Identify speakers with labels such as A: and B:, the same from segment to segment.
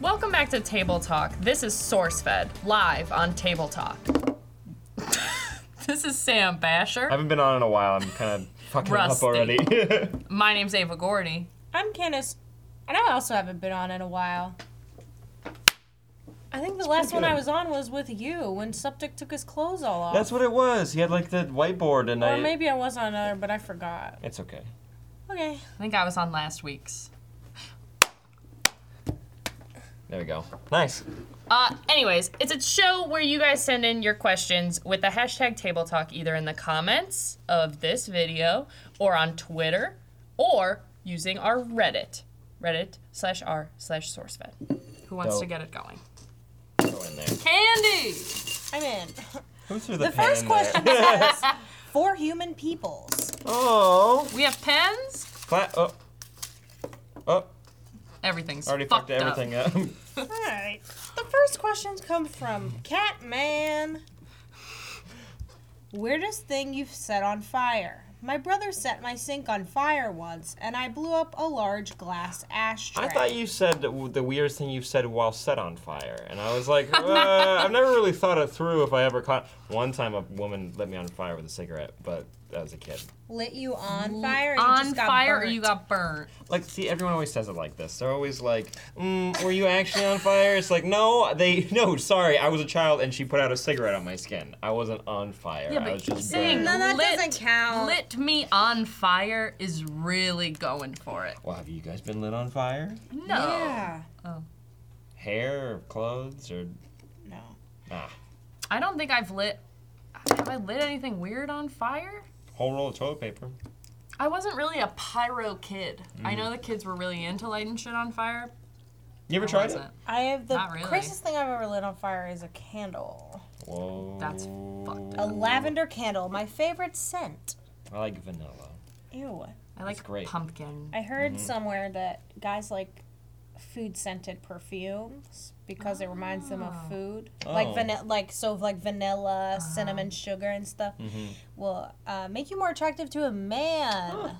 A: Welcome back to Table Talk. This is SourceFed, live on Table Talk. this is Sam Basher.
B: I haven't been on in a while. I'm kind of fucking up
A: Rusty.
B: already.
A: My name's Ava Gordy.
C: I'm Candace, and I also haven't been on in a while. I think the last
B: pretty
C: one I
B: good.
C: was on was with you when Septic took his clothes all off.
B: That's what it was. He had like the whiteboard, and
C: or
B: I.
C: maybe I was on another, but I forgot.
B: It's okay.
C: Okay.
A: I think I was on last week's.
B: There we go. Nice.
A: Uh, anyways, it's a show where you guys send in your questions with the hashtag Table Talk either in the comments of this video or on Twitter or using our Reddit. Reddit slash r slash SourceFed. Who wants
B: Dope.
A: to get it going?
B: Go in there.
A: Candy!
C: I'm in.
B: Who threw the,
C: The first
B: pen
C: question
B: There?
C: says, for human peoples.
B: oh.
A: We have pens.
B: Clap. Oh. Oh.
A: Everything's
B: Already
A: fucked
B: fucked everything
A: Up.
B: up.
C: All right. The first questions come from Catman. Weirdest thing you've set on fire. My brother set my sink on fire once, and I blew up a large glass ashtray.
B: I thought you said that w- the weirdest thing you've said while set on fire, and I was like, uh, I've never really thought it through. If I ever caught one time, a woman lit me on fire with a cigarette, but that was a kid.
C: lit you on fire. and you
A: On
C: just got
A: fire, or
C: burnt.
A: you got burnt.
B: Like, see, everyone always says it like this. They're always like, mm, "Were you actually on fire?" It's like, no, they, no, sorry, I was a child, and she put out a cigarette on my skin. I wasn't on fire.
A: Yeah,
B: I
A: but
B: was just
A: saying-
B: burned.
C: No, that
A: lit-
C: doesn't count.
A: Lit me on fire is really going for it.
B: Well, have you guys been lit on fire?
A: No.
C: Yeah.
B: Hair or clothes or
C: No.
B: ah,
A: I don't think I've lit. Have I lit anything weird on fire?
B: whole roll of toilet paper.
A: I wasn't really a pyro kid. I
B: Mm.
A: know the kids were really into lighting shit on fire.
B: You ever
A: I
B: tried it?
A: wasn't.
C: I have the
A: Not really.
C: craziest thing I've ever lit on fire is a candle,
B: Whoa.
A: That's fucked
C: a lavender candle, my favorite scent.
B: I like vanilla.
C: Ew.
A: I like
B: great.
A: pumpkin.
C: I heard somewhere that guys like food scented perfumes because it reminds them of food,
B: Oh.
C: like vanilla, like so like
A: Uh-huh.
C: vanilla, cinnamon, sugar, and stuff
A: Mm.
C: will uh, make you more attractive to a man.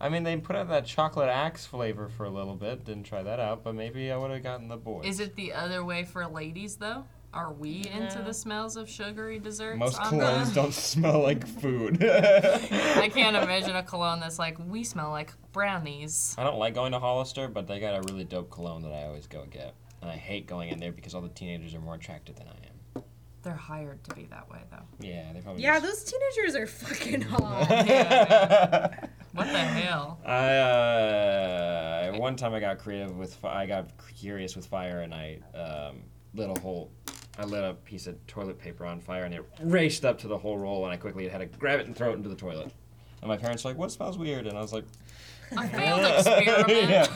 B: I mean, they put out that chocolate axe flavor for a little bit. Didn't try that out, but maybe I would have gotten the boy.
A: Is it the other way for ladies though? Are we into the smells of sugary desserts?
B: Most
A: on the-
B: colognes don't smell like food. I
A: I can't imagine a cologne that's like we smell like brownies.
B: don't like going to Hollister, but they got a really dope cologne that I always go get. And I hate going in there because all the teenagers are more attractive than I am.
A: They're hired to be that way though.
B: Yeah, they probably.
C: Yeah,
B: just-
C: those teenagers are fucking hot.
A: What the hell?
B: I uh, one time I got creative with fi- I got curious with fire and I um, lit a whole I lit a piece of toilet paper on fire and it raced up to the whole roll and I quickly had to grab it and throw it into the toilet. And my parents were like, "What smells weird?" And I was like,
A: A failed experiment.
B: yeah.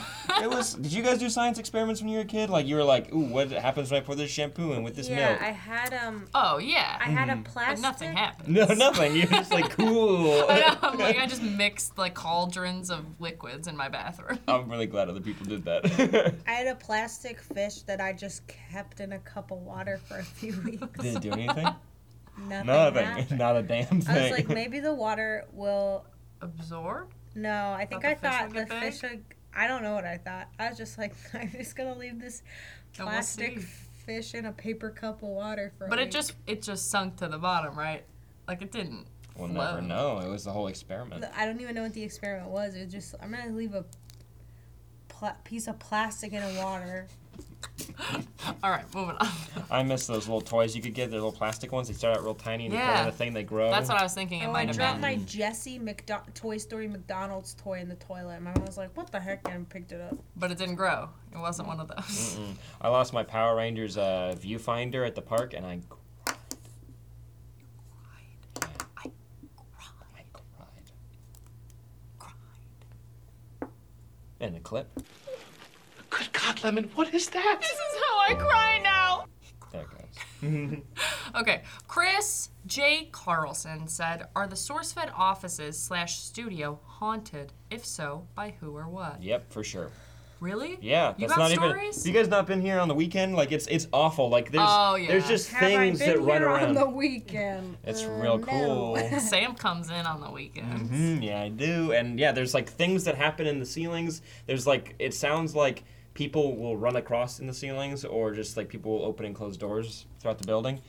B: It was. Did you guys do science experiments when you were a kid? Like you were like, "Ooh, what happens when I pour this shampoo in with this milk?"
C: had um,
A: Oh yeah.
C: had a
A: But
C: plastic.
A: nothing happened.
B: No, nothing. You're just like, "Cool."
A: I know, I'm like I just mixed like cauldrons of liquids in my bathroom.
B: I'm really glad other people did that.
C: I had a plastic fish that I just kept in a cup of water for a few weeks.
B: Did it do anything?
C: Nothing.
B: Nothing.
C: happened.
B: Not a damn thing.
C: I was like, maybe the water will
A: Absorb?
C: No, I think
A: the
C: I
A: fish
C: thought
A: would
C: the
A: get big?
C: fish would. I don't know what I thought. I was just like, I'm just gonna leave this
A: And Oh, we'll
C: plastic
A: see.
C: fish in a paper cup of water for. a
A: But it
C: week.
A: just it just sunk to the bottom, right? Like it didn't.
B: We'll
A: flow.
B: never know. It was the whole experiment.
C: I don't even know what the experiment was. It was just I'm gonna leave a pla- piece of plastic in a water.
A: All right, moving on.
B: I miss those little toys you could get. They're little plastic ones. They start out real tiny and you
A: Yeah.
B: put in a thing, they grow.
A: That's what I was thinking. It
C: Oh, I
A: might have
C: dropped
A: been.
C: my Jesse McDo- Toy Story McDonald's toy in the toilet. and My mom was like, "What the heck?" and picked it up.
A: But it didn't grow. It wasn't one of those.
B: I lost my Power Rangers uh, viewfinder at the park and I cried.
A: I
B: I cried.
A: Cried.
B: And the clip.
D: Good God, Lemon, what is that?
A: This is how I cry now.
B: There it goes.
A: Okay, Chris J. Carlson said, "Are the SourceFed offices slash studio haunted? If so, by who or what?
B: Yep, for sure.
A: Really?
B: Yeah,
A: You
B: that's
A: got
B: not
A: stories?
B: even. You guys not been here on the weekend? Like it's it's awful. Like there's
A: Oh, yeah.
B: there's just
C: Have
B: things
C: I been
B: that run
C: here on
B: around.
C: the weekend?
B: It's
C: Uh,
B: real
C: no.
B: cool. Hmm,
A: Sam comes in on the
B: Mm-hmm.
A: weekends.
B: Mm, yeah, I do. And yeah, there's like things that happen in the ceilings. There's like it sounds like people will run across in the ceilings or just like people will open and close doors throughout the building.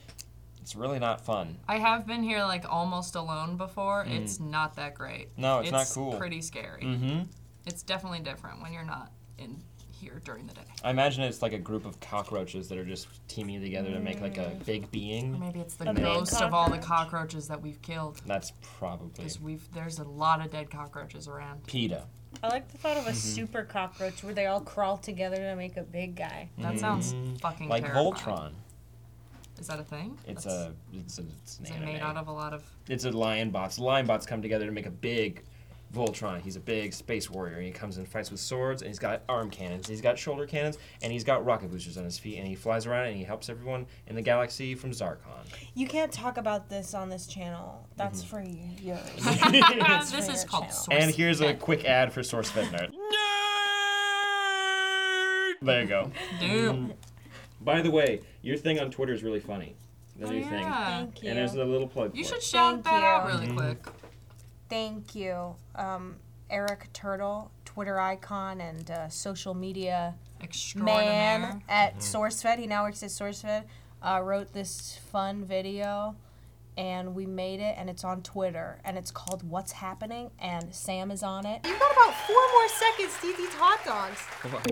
B: It's really not fun.
A: I have been here like almost alone before. It's not that great.
B: Mm. No, it's not cool.
A: Pretty scary.
B: Mm-hmm.
A: It's definitely different when you're not in here during the day.
B: I imagine it's like a group of cockroaches that are just teaming together to make like a
A: Mm.
B: big being.
A: Maybe it's the
C: A big
A: ghost of all the
C: cockroach.
A: cockroaches that we've killed.
B: That's probably
A: 'Cause we've there's a lot of dead cockroaches around.
B: PETA.
C: I like the thought of a super cockroach where they all crawl together to make a big guy.
A: That sounds fucking
B: Mm. Like
A: terrifying.
B: Voltron.
A: Is that a thing?
B: It's
A: That's-
B: a it's, a, it's an
A: Is it
B: anime.
A: made out of a lot of?
B: it's a lion bots. Lion bots come together to make a big Voltron. He's a big space warrior, and he comes and fights with swords, and he's got arm cannons, he's got shoulder cannons, and he's got rocket boosters on his feet, and he flies around and he helps everyone in the galaxy from Zarkon.
C: You can't talk about this on this channel. That's for
B: Mm-hmm.
C: yours.
A: this
C: for
A: is
C: your
A: called
C: channel.
A: source.
B: and here's a quick ad for Source Fit Nerd. There you go. Mm-hmm.
A: Doom.
B: By the way, your thing on Twitter is really funny. The
A: Oh,
B: new thing.
A: yeah.
C: Thank you.
B: And there's a little plug.
A: You
B: for
A: should
B: It.
A: shout
C: Thank
A: that out
C: you.
A: really
B: Mm-hmm.
A: quick.
C: Thank you, um, Eric Turtle, Twitter icon and uh, social media
A: Extraordinaire.
C: man at SourceFed. He now works at SourceFed. Uh, wrote this fun video, and we made it, and it's on Twitter, and it's called "What's Happening," and Sam is on it. You got about four more seconds, DD hot dogs.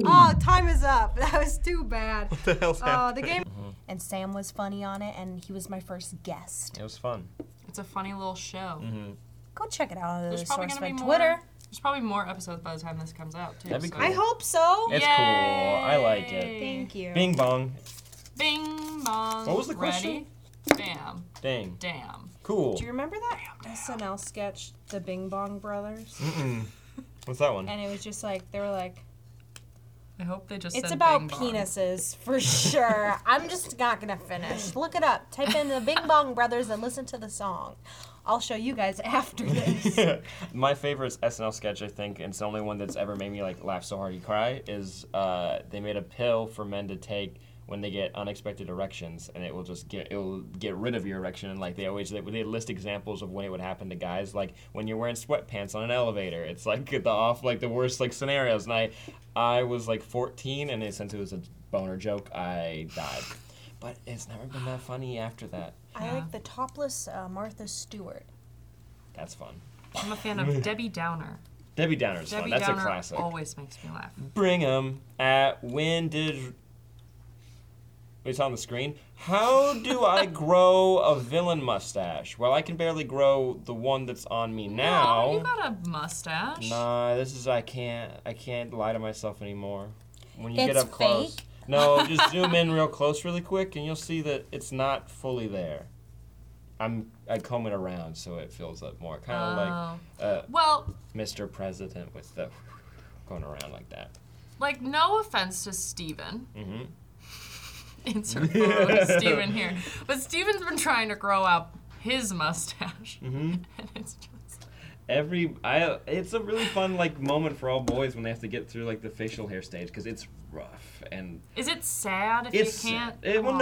C: Oh, time is up. That was too bad. What the hell's happening? the game. And Sam was funny on it, and he was my first guest.
B: It was fun.
A: It's a funny little show.
B: Mm-hmm.
C: Go check it out on the
A: There's probably gonna be
C: SourceFed
A: more.
C: Twitter.
A: There's probably more episodes by the time this comes out too.
B: That'd be
A: so-
B: cool.
C: I hope so.
B: It's cool. I like it.
C: Thank you.
B: Bing bong.
A: Bing bong.
B: What was the
A: Ready? Bam.
B: Dang.
A: Damn.
B: Cool.
C: Do you remember that SNL sketch, The Bing Bong Brothers?
B: What's that one?
C: And it was just like they were like,
A: I hope they just.
C: it's
A: said
C: about
A: bing bong.
C: penises for sure. I'm just not gonna finish. Look it up. Type in The Bing Bong Brothers and listen to the song. I'll show you guys after this.
B: My favorite SNL sketch, I think, and it's the only one that's ever made me like laugh so hard you cry, is uh, they made a pill for men to take when they get unexpected erections, and it will just get it will get rid of your erection. And like they always they, they list examples of when it would happen to guys, like when you're wearing sweatpants on an elevator. It's like the off like the worst like scenarios. And I I was like 14, and it, since it was a boner joke, I died. But it's never been that funny after that.
C: I like the topless uh, Martha Stewart.
B: That's fun.
A: I'm a fan of Debbie Downer.
B: Debbie Downer's
A: Debbie
B: fun. That's
A: Downer
B: a classic.
A: always makes me laugh.
B: Bring 'em at when did it's on the screen. How do I grow a villain mustache? Well, I can barely grow the one that's on me
A: Oh, you
B: now.
A: got a mustache.
B: Nah, this is I can't I can't lie to myself anymore. When you get
C: It's
B: up close.
C: fake.
B: No, just zoom in real close really quick and you'll see that it's not fully there. I'm I comb it around so it fills up more. Kind of
A: Oh.
B: like uh,
A: Well,
B: Mr. President with the going around like that.
A: like no offense to Steven.
B: Mhm.
A: Insert photo of Steven here. But Steven's been trying to grow out his mustache.
B: Mm. mm-hmm.
A: And it's just
B: every I it's a really fun like moment for all boys when they have to get through like the facial hair stage because it's rough and
A: Is it sad if
B: it's
A: you can't
B: eh, well,
A: Aw.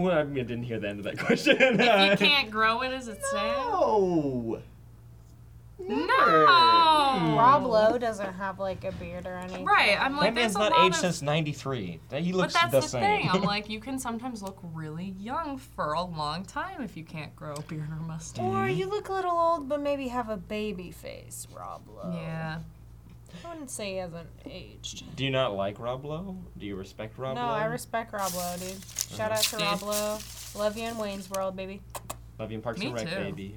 B: no I, mean, I didn't hear the end of that question.
A: If you can't grow it, is it sad?
B: No.
A: No.
C: Rob Lowe doesn't have like a beard or anything.
A: Oh. Right. I'm like
B: that man's
A: there's a
B: not
A: lot
B: aged
A: of
B: since '93. He
A: But
B: looks
A: that's
B: the,
A: the,
B: same.
A: thing. I'm like, you can sometimes look really young for a long time if you can't grow a beard or mustache.
C: Or you look a little old, but maybe have a baby face, Rob
B: Mm.
C: Lowe.
A: Yeah.
C: I wouldn't say he hasn't aged.
B: Do you not like Rob Lowe? Do you respect Rob
C: No,
B: Lowe? Uh-huh.
C: I respect Rob Lowe, dude. Shout out to
A: Dude.
C: Rob Lowe. Love you in Wayne's World, baby.
B: Love you in Parks
A: Me
B: and Rec,
A: too.
B: baby.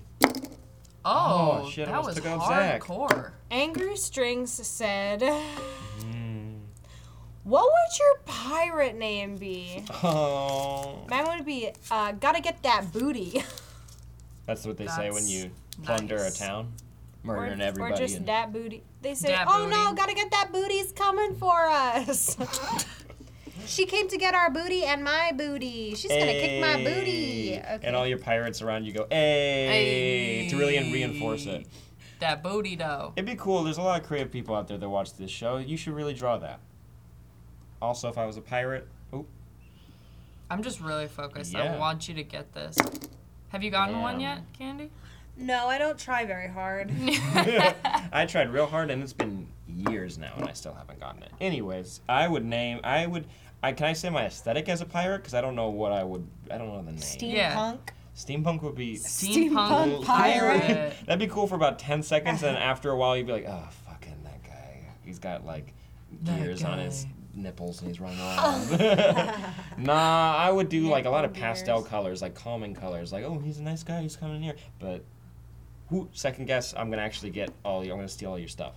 A: Oh,
B: Oh, shit, I
A: that was
B: almost took out Zach.
A: hardcore.
C: Angry Strings said,
B: Mm.
C: What would your pirate name be?
B: Oh,
C: Mine would be, uh, Gotta Get That Booty.
B: that's what they say when
A: That's
B: you plunder
A: nice.
B: a town,
C: or,
B: murdering everybody.
C: or just
B: and-
C: That Booty. They say,
A: Dat
C: Oh no,
A: Booty.
C: Gotta Get That Booty's coming for us. she came to get our booty and my booty. She's gonna kick my booty.
B: Hey.
C: Okay.
B: And all your pirates around you go, hey, to really reinforce it.
A: That booty, though.
B: It'd be cool. There's a lot of creative people out there that watch this show. You should really draw that. Also, if I was a pirate, oh,
A: I'm just really focused. I
B: Yeah.
A: want you to get this. Have you gotten one yet, Candy?
C: no, I don't try very hard.
B: I tried real hard and it's been years now, and I still haven't gotten it. Anyways, I would name. I would. I can I say my aesthetic as a pirate? Because I don't know what I would. I don't know the name.
C: Steampunk.
B: Steampunk would be.
C: Steampunk pirate.
B: That'd be cool for about ten seconds, and after a while, you'd be like, "Oh, fucking that guy. He's got like
A: That
B: gears on his
A: guy."
B: nipples, and he's running around." nah, I would do like a lot of pastel colors, like calming colors, like, "Oh, he's a nice guy. He's coming here." But, who second guess? I'm gonna actually get all. your- I'm gonna steal all your stuff.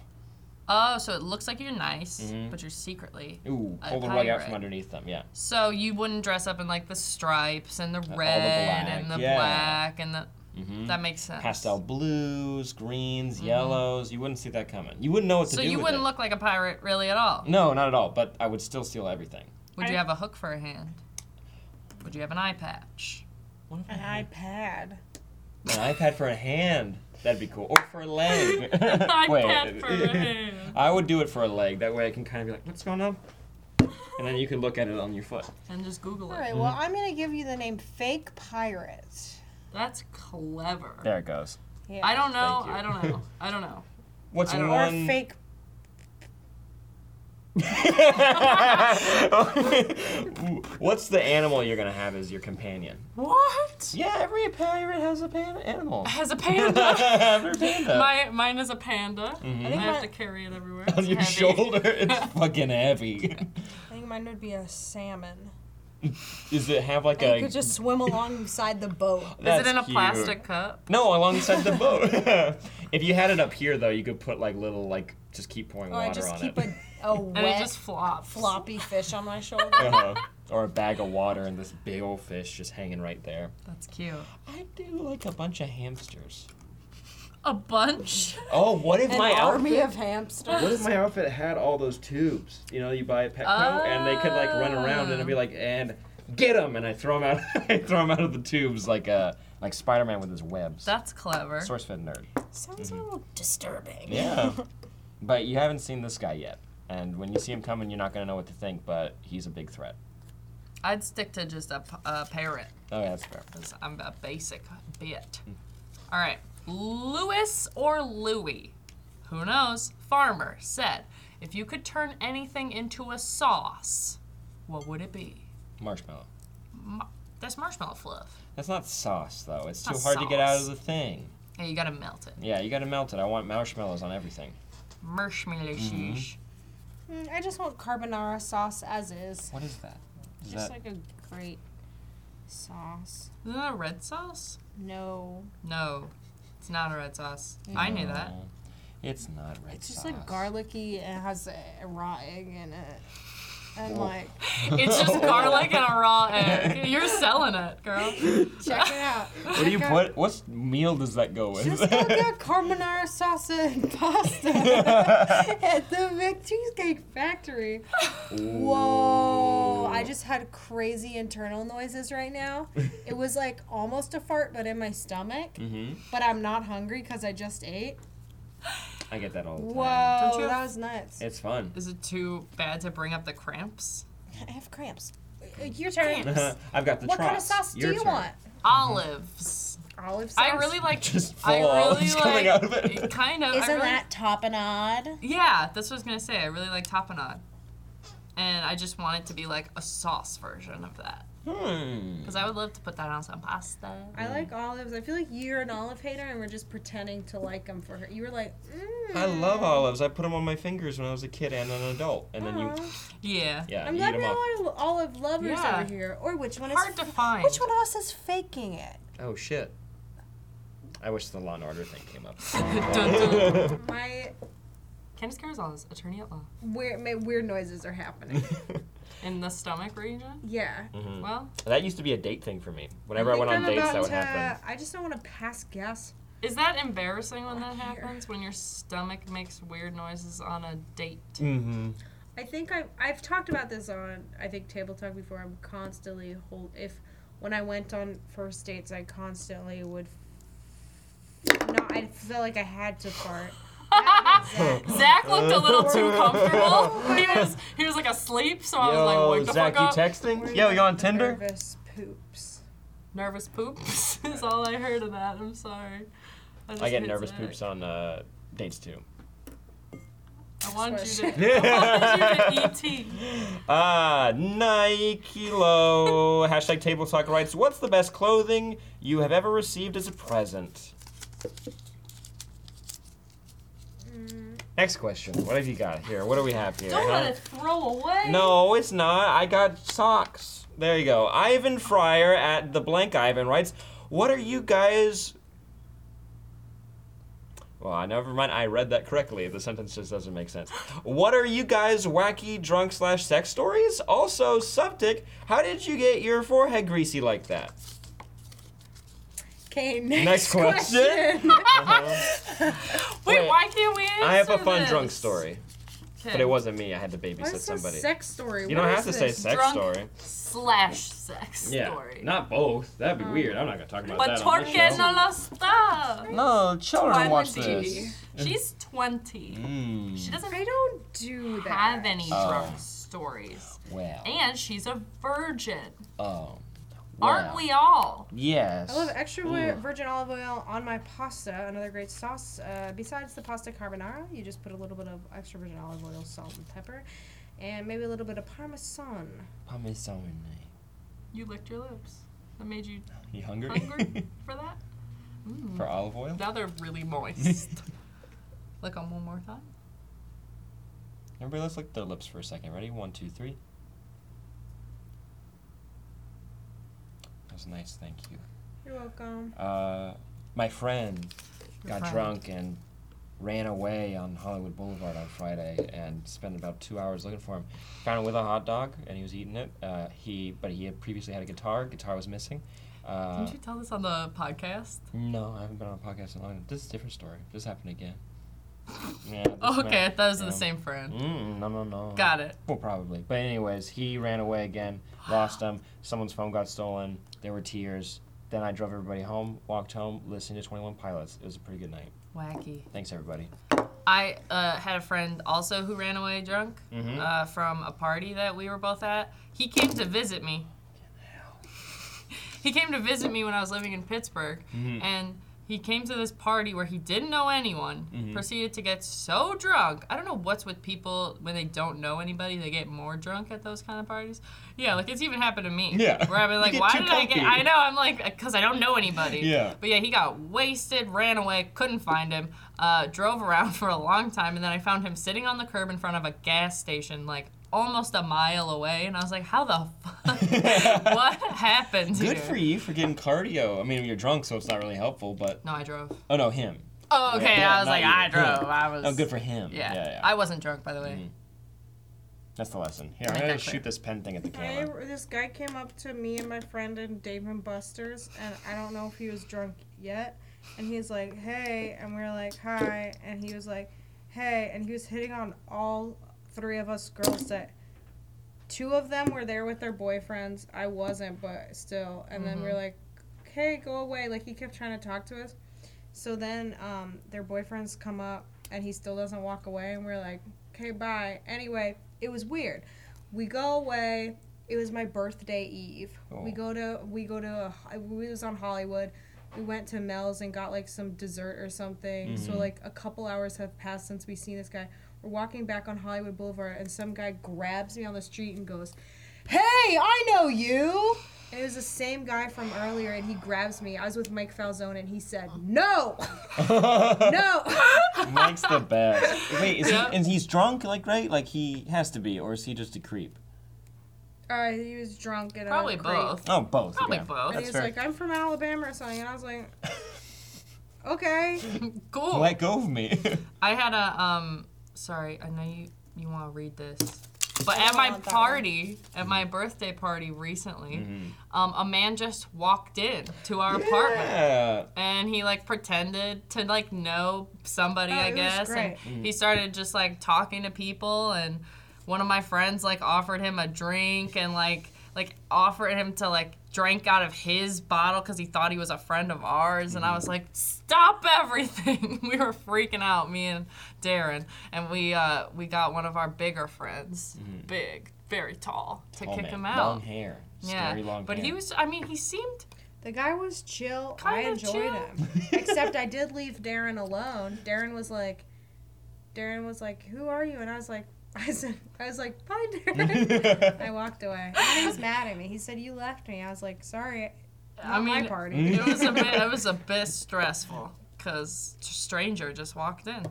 A: Oh, so it looks like you're nice,
B: Mhm.
A: but you're secretly.
B: Ooh,
A: A
B: pull the rug out
A: pirate.
B: from underneath them. Yeah.
A: So you wouldn't dress up in like the stripes and the
B: all the
A: red and the
B: black, yeah.
A: black and the.
B: Mm-hmm.
A: That makes sense.
B: Pastel blues, greens, yellows. You wouldn't see that coming. You wouldn't know what to
A: So
B: do.
A: you
B: with
A: wouldn't
B: it.
A: look like a pirate really at all.
B: No, not at all. But I would still steal everything.
A: Would you
E: I-
A: have a hook for a hand? Would you have an eye patch?
E: An iPad.
B: An iPad for a hand. That'd be cool. Or for a leg.
E: iPad for a
B: I would do it for a leg. That way I can kind of be like, what's going on? And then you can look at it on your foot.
A: And just Google
E: All
A: it.
E: right. Well, I'm gonna give you the name Fake Pirate.
A: That's clever.
B: There it goes.
E: Yeah.
A: I don't know.
B: Thank you.
A: I don't know. I don't know.
B: What's
A: I don't-
E: Or
B: one?
E: fake.
B: what's the animal you're gonna have as your companion?
A: What?
B: Yeah, every pirate has a pan- animal.
A: Has a panda.
B: Every panda.
A: My, mine is a panda.
B: Mhm.
A: I,
C: think
A: have
C: my-
A: to carry it everywhere.
B: on
A: It's
B: your
A: heavy.
B: shoulder, it's fucking heavy.
C: I think mine would be a salmon.
B: Does it have like
C: And
B: a?
C: you could just swim alongside the boat.
A: Is
B: That's
A: it in a
B: cute.
A: plastic cup?
B: No, alongside the boat. if you had it up here, though, you could put like little like just keep pouring
C: Or Oh, I
B: water
C: just
B: on
C: keep
B: it,
C: a, a
A: And it
C: wet,
A: just flops.
C: floppy fish on my shoulder.
B: uh-huh. or a bag of water, and this big old fish just hanging right there.
A: That's cute.
B: I do like a bunch of hamsters.
A: A bunch?
B: Oh, what if
C: An
B: my outfit? Mm-hmm.
C: army of hamsters.
B: What if my outfit had all those tubes? You know, you buy a Petco, and they could like run around, and it'd be like, and get them, and I throw them out. I throw 'em out of the tubes like uh like Spider-Man with his webs.
A: That's clever.
B: SourceFed nerd.
C: Sounds a little disturbing.
B: Yeah. but you haven't seen this guy yet. And when you see him coming, you're not going to know what to think, but he's a big threat.
A: I'd stick to just a, p- a parrot
B: Oh, yeah, that's fair.
A: because I'm a basic bit.
B: Mm.
A: All right. Louis or Louis? Who knows? Farmer said if you could turn anything into a sauce, what would it be?
B: Marshmallow.
A: Ma- That's marshmallow fluff.
B: That's not sauce, though. It's too
A: Not
B: hard to get out of
A: sauce.
B: the thing.
A: Yeah, you gotta melt it.
B: Yeah, you got to melt it. I want marshmallows on everything.
A: Marshmallow
B: Mm-hmm.
A: sheesh.
C: Mm, I just want carbonara sauce as is.
B: What is that? Is
C: Just
B: that
C: like a great sauce.
A: Isn't that a red sauce?
C: No.
A: No, it's not a red sauce. I knew that.
B: No, It's not red
C: It's
B: sauce.
C: just like garlicky and it has a raw egg in it. And
B: Whoa.
C: like,
A: It's just garlic and a raw egg. You're selling it, girl.
C: check it out.
B: What do you put? What meal does that go with?
C: Just go get carbonara sauce and pasta at the Vic Cheesecake Factory. Whoa! I just had crazy internal noises right now. It was like almost a fart, but in my stomach.
B: hmm
C: But I'm not hungry because I just ate.
B: I get that all the time.
C: Whoa!
A: Don't you
C: That
A: have-
C: was nuts.
B: It's fun.
A: Is it too bad to bring up the cramps?
C: I have cramps. Uh, Your turn. what
B: I've got the
C: kind of
B: trots.
C: sauce
B: Your
C: do you
B: turn.
C: want?
A: Olives.
C: Olive sauce.
A: I really like.
B: Just full
A: I really
B: olives
A: like.
B: coming out of it.
A: Kind of. I
C: Isn't
A: really-
C: that tapenade?
A: Yeah, that's what I was gonna say. I really like tapenade, and I just want it to be like a sauce version of that
B: Hmm.
A: because I would love to put that on some pasta.
C: I like olives. I feel like you're an olive hater, and we're just pretending to like them for her. You were like, mm.
B: I love olives. I put them on my fingers when I was a kid and an adult. And then you,
C: Aw.
A: Yeah.
B: yeah,
C: I'm
B: you eat
C: glad
B: them
C: now
B: up.
C: all olive lovers
A: Yeah.
C: over here. Or which one is
A: Hard to find.
C: Which one of us is faking it?
B: Oh shit. I wish the Law and Order thing came up.
A: Dun, dun.
C: My
A: Candace Carrizal's attorney at law
C: weird, my weird noises are happening.
A: in the stomach region.
C: yeah.
B: Mm-hmm.
A: Well,
B: that used to be a date thing for me. Whenever I,
C: think
B: went on
C: I'm
B: dates,
C: about
B: that would
C: to-
B: happen.
C: I just don't want to pass gas.
A: is that embarrassing when that
C: Here.
A: happens? When your stomach makes weird noises on a date?
B: Mm-hmm.
C: I think I've I've talked about this on I think table talk before. I'm constantly hold if when I went on first dates, I constantly would. No, I felt like I had to fart.
A: Zach looked a little too comfortable. He was he was like asleep, so I was like, wake the fuck up.
B: texting? Yo, you on Tinder?
C: Nervous poops.
A: nervous poops is all I heard of that. I'm sorry.
B: I
A: just
B: get
A: hit
B: nervous
A: Zach.
B: poops on uh, dates too.
A: I want you to. I
B: Ah,
A: want you to E ET.
B: Nikelo. Hashtag Table Talk writes, What's the best clothing you have ever received as a present?
A: Mm.
B: Next question. What have you got here? What do we have here?
A: Don't
B: huh?
A: let it throw away.
B: No, it's not. I got socks. There you go. Ivan Fryer at the blank Ivan writes, "What are you guys?" Well, I never mind. I read that correctly. The sentence just doesn't make sense. What are you guys wacky drunk slash sex stories? Also, Subtic, how did you get your forehead greasy like that?
C: Okay, next,
B: Next question.
C: question.
A: Wait,
B: Uh-huh. Wait.
A: why can't we answer
B: I have a fun
A: this?
B: drunk story, but
A: Okay.
B: it wasn't me. I had to
C: What's
B: babysit
C: this
B: somebody.
C: sex story?
B: You don't have to say sex
A: Drunk
B: story.
A: slash sex
B: Yeah,
A: story. Oh.
B: not both. That'd be weird. I'm not gonna talk about
A: But
B: that on this
A: Torque
B: show.
A: no lo está.
B: No, children watch
A: Twenty.
B: this.
A: She's 20.
B: Mm.
A: She doesn't
C: I don't do that.
A: have any
B: Oh.
A: drunk stories.
B: Well,
A: And she's a virgin.
B: oh,
A: Aren't we all?
B: Yes.
C: I love extra
B: Ooh.
C: virgin olive oil on my pasta, another great sauce. Uh, besides the pasta carbonara, you just put a little bit of extra virgin olive oil, salt, and pepper, and maybe a little bit of parmesan.
B: Parmesan.
A: You licked your lips. That made you
B: You hungry?
A: hungry for that?
B: For olive oil?
A: Now they're really moist. Lick on one more time.
B: Everybody, let's lick their lips for a second. Ready? One, two, three. That was nice. Thank you.
C: You're welcome.
B: Uh, my friend got
A: friend.
B: drunk and ran away on Hollywood Boulevard on Friday and spent about two hours looking for him. Found him with a hot dog and he was eating it. Uh, he, but he had previously had a guitar. Guitar was missing. Uh,
A: Didn't you tell this on the podcast?
B: No, I haven't been on a podcast in a long time. This is a different story. This happened again. Yeah. this
A: Oh, okay, I
B: man-
A: thought it was
B: yeah.
A: the same friend.
B: Mm, no, no, no.
A: Got it.
B: Well, probably. But anyways, he ran away again. Lost him. Someone's phone got stolen. There were tears. Then I drove everybody home. Walked home. Listened to Twenty One Pilots. It was a pretty good night.
A: Wacky.
B: Thanks everybody.
A: I uh, had a friend also who ran away drunk
B: Mhm.
A: uh, from a party that we were both at. He came to visit me. he came to visit me when I was living in Pittsburgh,
B: Mm-hmm.
A: and he came to this party where he didn't know anyone.
B: Mm-hmm.
A: Proceeded to get so drunk. I don't know what's with people when they don't know anybody; they get more drunk at those kind of parties. Yeah, like it's even happened to me.
B: Yeah.
A: where I've been
B: You
A: like,
B: get
A: why
B: too
A: did I get?
B: comfy.
A: I know. I'm like, because I don't know anybody.
B: Yeah.
A: But yeah, he got wasted, ran away, couldn't find him, uh, drove around for a long time, and then I found him sitting on the curb in front of a gas station, like almost a mile away, and I was like, how the fuck? what happened here?
B: Good for you for getting cardio. I mean, you're drunk, so it's not really helpful. But
A: No, I drove.
B: oh no, him.
A: Oh, okay.
B: Yeah,
A: I was
B: not
A: like,
B: you.
A: I
B: Him.
A: drove. I was.
B: Oh, good for him.
A: Yeah. Mm-hmm.
B: yeah. yeah.
A: I wasn't drunk, by the way.
B: That's the lesson. Here, I'm
A: Make
B: gonna
A: that clear.
B: shoot this pen thing at the
C: I,
B: camera.
C: this guy came up to me and my friend in Dave and Buster's, and I don't know if he was drunk yet. And he's like, hey. And we were like, hi. And he was like, hey. And he was hitting on all three of us girls that two of them were there with their boyfriends. I wasn't, but still. And then we
B: Mm-hmm.
C: were like, hey, go away. Like, he kept trying to talk to us. So then um, their boyfriends come up, and he still doesn't walk away. And we're like, okay, bye. Anyway, it was weird. We go away. It was my birthday eve. We
B: Oh.
C: go to we go to a, ho- we was on Hollywood. We went to Mel's and got like some dessert or something. So like a couple hours have passed since we seen this guy. We're walking back on Hollywood Boulevard and some guy grabs me on the street and goes, "Hey, I know you." And it was the same guy from earlier and he grabs me. I was with Mike Falzone and he said, "No." no.
B: Mike's the best. Wait, is
A: Yeah.
B: he? And he's drunk, like right? Like he has to be, or is he just a creep?
C: Uh, he was drunk and
A: Probably
C: a creep.
A: both.
B: Oh, both.
A: Probably
B: okay.
A: both.
C: And he
B: That's
C: was
B: fair.
C: like, I'm from Alabama or something. And I was like, okay.
A: Cool.
B: Let go of me.
A: I had a um. Sorry, I know you you want to read this, but at
C: don't
A: my
C: want that
A: party, at my birthday party recently, um, a man just walked in to our apartment
B: yeah.
A: and he like pretended to like know somebody,
C: Oh,
A: I
C: it was
A: guess, and
C: great.
A: he started just like talking to people and one of my friends like offered him a drink and like like offered him to like drink out of his bottle because he thought he was a friend of ours and i
B: Mm-hmm.
A: was like stop everything we were freaking out me and darren and we uh we got one of our bigger friends big very tall to
B: Oh,
A: kick
B: Mm. man.
A: him out
B: Long hair.
A: yeah
B: Scary long
A: but
B: hair.
A: he was i mean he seemed
C: The guy was chill. I
A: Kinda
C: enjoyed
A: chill.
C: him. Except I did leave Darren alone. Darren was like,
F: Darren was like, "Who are you?" And I was like, "I said, I was like, bye, Darren." I
B: It
F: walked away. And he was mad at me. He said, "You left me." I was like, "Sorry, not
A: I
F: my
A: mean,
F: party."
A: it was a bit. It was a bit stressful because stranger just walked in.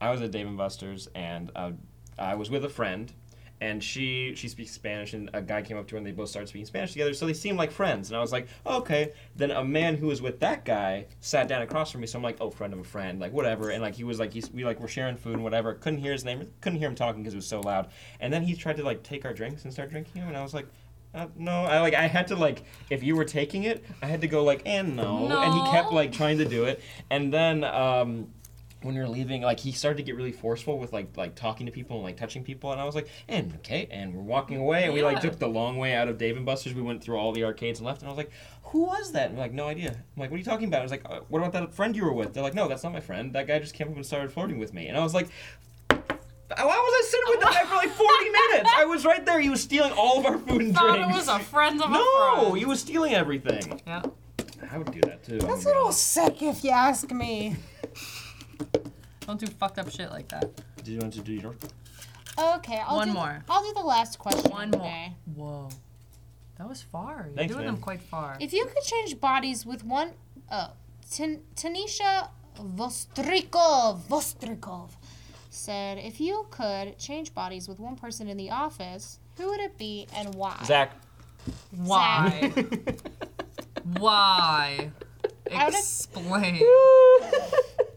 B: I was at Dave and Buster's, and uh, I was with a friend, and she she speaks Spanish, and a guy came up to her, and they both started speaking Spanish together, so they seemed like friends. And I was like, okay. Then a man who was with that guy sat down across from me, so I'm like, oh, friend of a friend, like whatever. And like he was like, he's, we like were sharing food and whatever. Couldn't hear his name, couldn't hear him talking because it was so loud. And then he tried to like take our drinks and start drinking them, and I was like. Uh, no, I like I had to like if you were taking it, I had to go like and no, and he kept
A: No.
B: like trying to do it, and then um, when we were leaving, like he started to get really forceful with like like talking to people and like touching people, and I was like, and okay, and we're walking away, and we like
A: Yeah.
B: took the long way out of Dave and Buster's. We went through all the arcades and left, and I was like, who was that? And we're like, no idea. I'm like, what are you talking about? I was like, uh, what about that friend you were with? They're like, no, that's not my friend. That guy just came up and started flirting with me, and I was like. Why was I sitting with that guy for like 40 minutes? I was right there. He was stealing all of our food and
A: Thought it
B: drinks.
A: was a friend of a
B: no,
A: friend.
B: he was stealing everything.
A: Yeah.
B: I would do that too.
C: That's a
B: Oh my
C: little
B: God.
C: sick if you ask me.
A: Don't do fucked up shit like that.
B: Did you want to do your?
C: Okay, I'll
A: One
C: do
A: more.
C: I'll do the last question.
A: One
C: of the
A: more.
C: day.
A: Whoa. That was far. You're
B: Thanks,
A: doing
B: man.
A: them quite far.
C: If you could change bodies with one, oh, Tan- Tanisha Vostrikov, Vostrikov said, if you could change bodies with one person in the office, who would it be and why?
B: Zach.
A: Why? Why?
C: would-
A: Explain.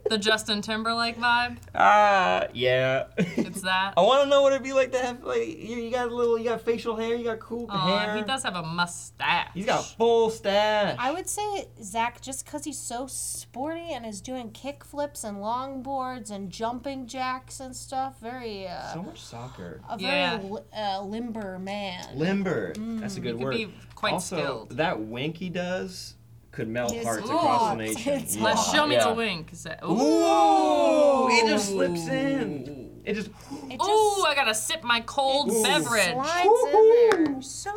A: the Justin Timberlake vibe?
B: Ah, yeah.
A: It's that?
B: I want to know what it'd be like to have like you, you got a little, you got facial hair, you got cool
A: Aw,
B: hair.
A: he does have a mustache.
B: He's got full stash.
C: I would say Zach, just because he's so sporty and is doing kick flips and longboards and jumping jacks and stuff, very uh,
B: so much soccer.
C: a very
A: Yeah.
C: li- uh, limber man.
B: Limber. That's a good
A: Mm, He could
B: word.
A: be quite
B: also,
A: skilled.
B: that wink he does could melt
C: It's
B: hearts
C: hot.
B: across the nation.
C: It's
B: Yeah.
A: Let's show me
B: Yeah.
A: the wink. Is that-
B: Ooh!
A: Ooh!
B: It just slips in. It just.
C: It just
A: Ooh, I gotta sip my cold
B: Ooh.
A: beverage.
C: slides in there so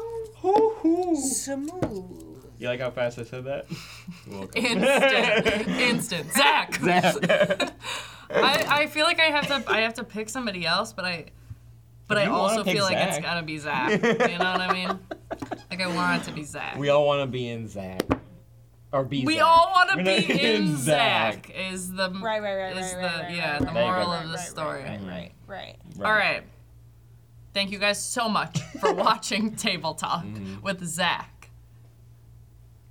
C: smooth.
B: You like how fast I said that? You're welcome.
A: Instant. Instant. Zach.
B: Zach.
A: I, I feel like I have to I have to pick somebody else, but I but I
B: You wanna
A: also
B: pick
A: feel like it's
B: Zach.
A: gotta be Zach. You know what I mean? Like I want it to be Zach.
B: we all want to be in Zach. Or be
A: We
B: Zach.
A: all want
B: We're
A: to
B: not
A: be in Zach. Is the
C: Right, right, right,
A: Mm. is
C: right,
A: the
C: right, right,
A: yeah
C: right,
A: the
C: right,
A: moral
C: right,
A: of the
C: right, right,
A: story.
B: Right.
C: Right.
A: All right. Thank you guys so much for watching Table Talk
B: Mm-hmm.
A: with Zach.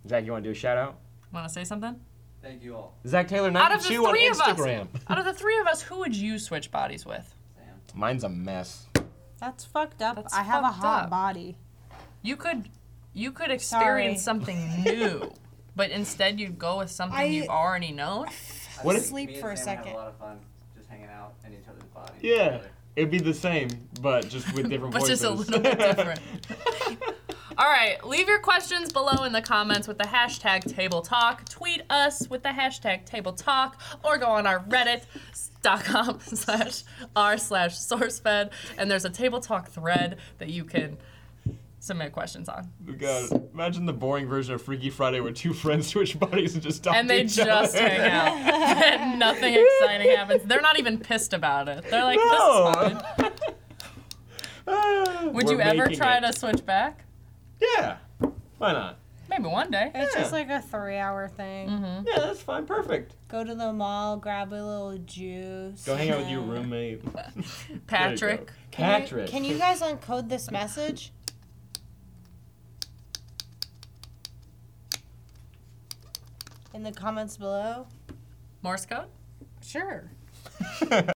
B: Zach, you want to do a shout out?
A: Want to say something?
G: Thank you all.
B: Zach Taylor
A: Out of the
B: 92 on
A: three of us.
B: Instagram.
A: Out of the three of us, who would you switch bodies with?
G: Sam.
B: Mine's a mess.
C: That's fucked up.
A: That's
C: I have a
A: fucked
C: hot
A: up.
C: body.
A: You could you could experience
C: Sorry.
A: something new, but instead you'd go with something
C: I-
A: you've already known.
G: I
B: What
G: think
B: if-
C: Sleep
G: me and
C: for a
G: Sam would have
C: second.
G: a lot of fun just hanging out in each other's bodies.
B: Yeah.
G: together.
B: It'd be the same, but just with different
A: but
B: voices.
A: just a little bit different. All right, leave your questions below in the comments with the hashtag Table Talk. Tweet us with the hashtag Table Talk, or go on our Reddit.com slash r slash SourceFed, and there's a Table Talk thread that you can submit questions on.
B: God, imagine the boring version of Freaky Friday where two friends switch bodies and just talk
A: And
B: to
A: they
B: each
A: just
B: other.
A: hang out, and nothing exciting happens. They're not even pissed about it. They're like,
B: No.
A: "This is fine."
B: Ah,
A: Would
B: we're
A: you ever
B: making
A: try
B: it.
A: to switch back?
B: Yeah. Why not?
A: Maybe one day. Mm-hmm.
C: It's
B: Yeah.
C: just like a three hour thing.
A: Mm.
B: Yeah, that's fine. Perfect.
C: Go to the mall, grab a little juice.
B: Go hang out with your
C: and-
B: roommate. There you go.
A: Patrick.
C: Can you-
B: Patrick.
C: Can you guys uncode this message? In the comments below?
A: Morse code?
C: Sure.